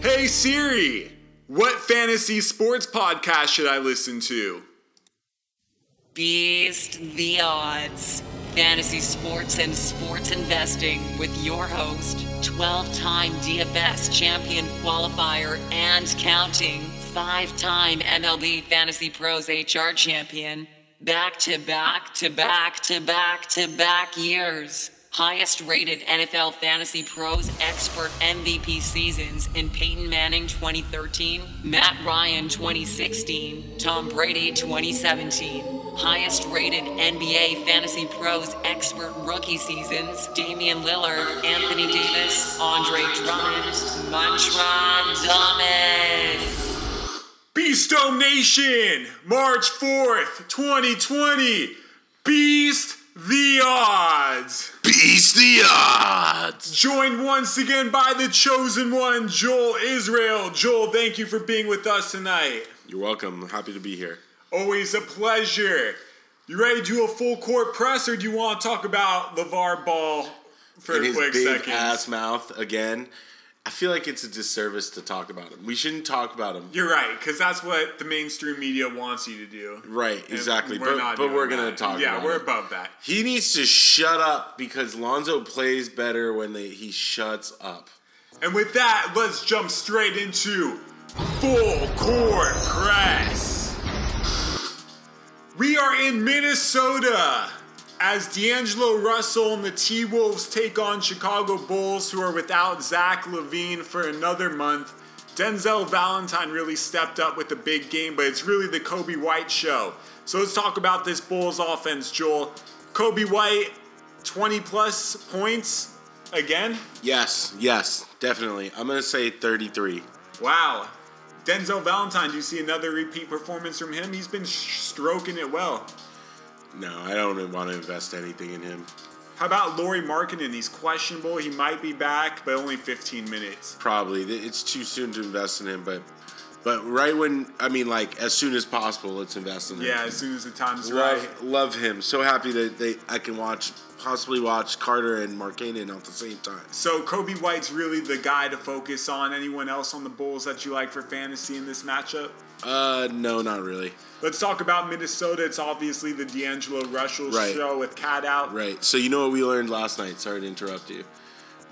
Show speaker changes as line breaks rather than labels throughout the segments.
Hey Siri, what fantasy sports podcast should I listen to?
Beast the Odds. Fantasy sports and sports investing with your host, 12 time DFS champion qualifier and counting, five time MLB Fantasy Pros HR champion, back to back to back to back to back years. Highest rated NFL Fantasy Pros expert MVP seasons in Peyton Manning 2013, Matt Ryan 2016, Tom Brady 2017. Highest rated NBA Fantasy Pros expert rookie seasons Damian Lillard, Anthony Davis, Andre Drummond, Mantra Dumas.
Beastome Nation, March 4th, 2020. Beast the odds.
Beast the odds.
Joined once again by the chosen one, Joel Israel. Joel, thank you for being with us tonight.
You're welcome. Happy to be here.
Always a pleasure. You ready to do a full court press, or do you want to talk about LeVar Ball for
In
a
his
quick
big
second?
ass mouth again. I feel like it's a disservice to talk about him. We shouldn't talk about him.
You're right, because that's what the mainstream media wants you to do.
right,
And
exactly.
we're
but
not
but
doing
we're gonna
that.
talk.
Yeah,
about
we're
it.
above that.
He needs to shut up because Lonzo plays better when they, he shuts up.
And with that, let's jump straight into full court press. We are in Minnesota as D'Angelo Russell and the T Wolves take on Chicago Bulls, who are without Zach Levine for another month. Denzel Valentine really stepped up with a big game, but it's really the Kobe White show. So let's talk about this Bulls offense, Joel. Kobe White, 20 plus points again.
Yes, yes, definitely. I'm gonna say 33.
Wow. Denzel Valentine, do you see another repeat performance from him? He's been sh- stroking it well.
No, I don't want to invest anything in him.
How about Laurie Markkinen? He's questionable. He might be back, but only 15 minutes.
probably Th- it's too soon to invest in him but but right when i mean like as soon as possible let's invest in him
Yeah, as soon as the time's
love,
right.
love him so happy that they i can watch possibly watch carter and markanen at the same time
So Kobe White's really the guy to focus on. Anyone else on the Bulls that you like for fantasy in this matchup?
uh no not really
Let's talk about Minnesota. It's obviously the D'Angelo Russell
Right.
show with Cat out.
right so you know what we learned last night sorry to interrupt you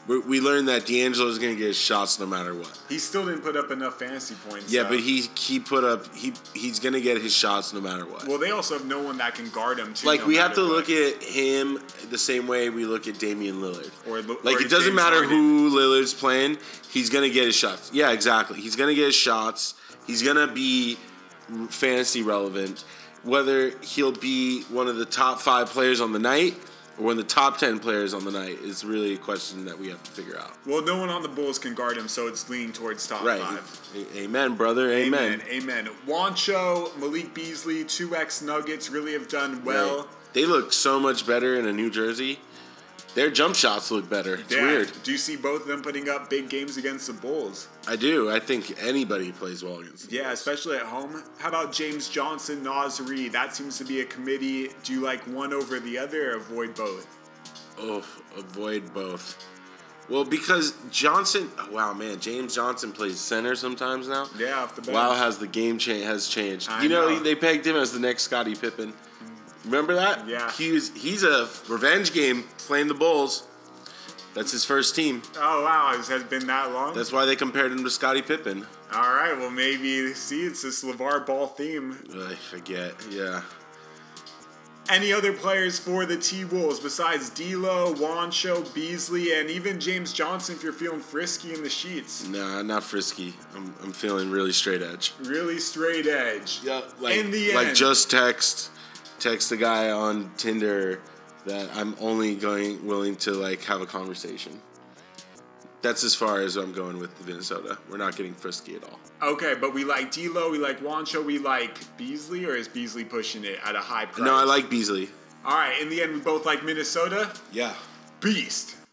we, we learned that d'angelo is going to get his shots no matter what
He still didn't put up enough fantasy points.
yeah
though.
but he he put up he he's going to get his shots no matter what
Well, they also have no one that can guard him. Too,
like
no
we have
matter
to
what.
look at him the same way we look at Damian Lillard.
Or Lu-
like
or
it doesn't
James
matter
Harden.
who Lillard's playing, he's gonna get his shots. Yeah, exactly. He's gonna get his shots. He's gonna be r- fantasy relevant. Whether he'll be one of the top five players on the night or one of the top ten players on the night is really a question that we have to figure out.
Well, no one on the Bulls can guard him, so it's leaning towards top
Right.
five.
A- amen, brother. Amen.
Amen. Wancho, Malik Beasley, 2X Nuggets really have done well.
Right. They look so much better in a new jersey. Their jump shots look better. It's
Yeah.
weird.
Do you see both of them putting up big games against the Bulls?
I do. I think anybody plays well against. them.
Yeah, especially at home. How about James Johnson, Nas Reed? That seems to be a committee. Do you like one over the other or avoid both?
Oh, avoid both. Well, because Johnson, oh, wow, man, James Johnson plays center sometimes now.
Yeah, off the bench.
Wow, has the game change has changed.
I
you know,
know.
they pegged him as the next Scottie Pippen. Remember that?
Yeah.
He was, he's a revenge game playing the Bulls. That's his first team.
Oh, wow. It has been that long?
That's why they compared him to Scottie Pippen.
All right. Well, maybe, see, it's this LeVar Ball theme.
I forget. Yeah.
Any other players for the T Wolves besides D'Lo, Wancho, Beasley, and even James Johnson if you're feeling frisky in the sheets?
Nah, not frisky. I'm, I'm feeling really straight edge.
Really straight edge.
Yeah, like,
in the
like
end,
just text text the guy on Tinder that I'm only going willing to like have a conversation. That's as far as I'm going with Minnesota. We're not getting frisky at all.
okay, but we like D'Lo, we like Wancho, we like Beasley, or is Beasley pushing it at a high price?
No, I like Beasley.
All right, in the end, we both like Minnesota.
Yeah.
Beast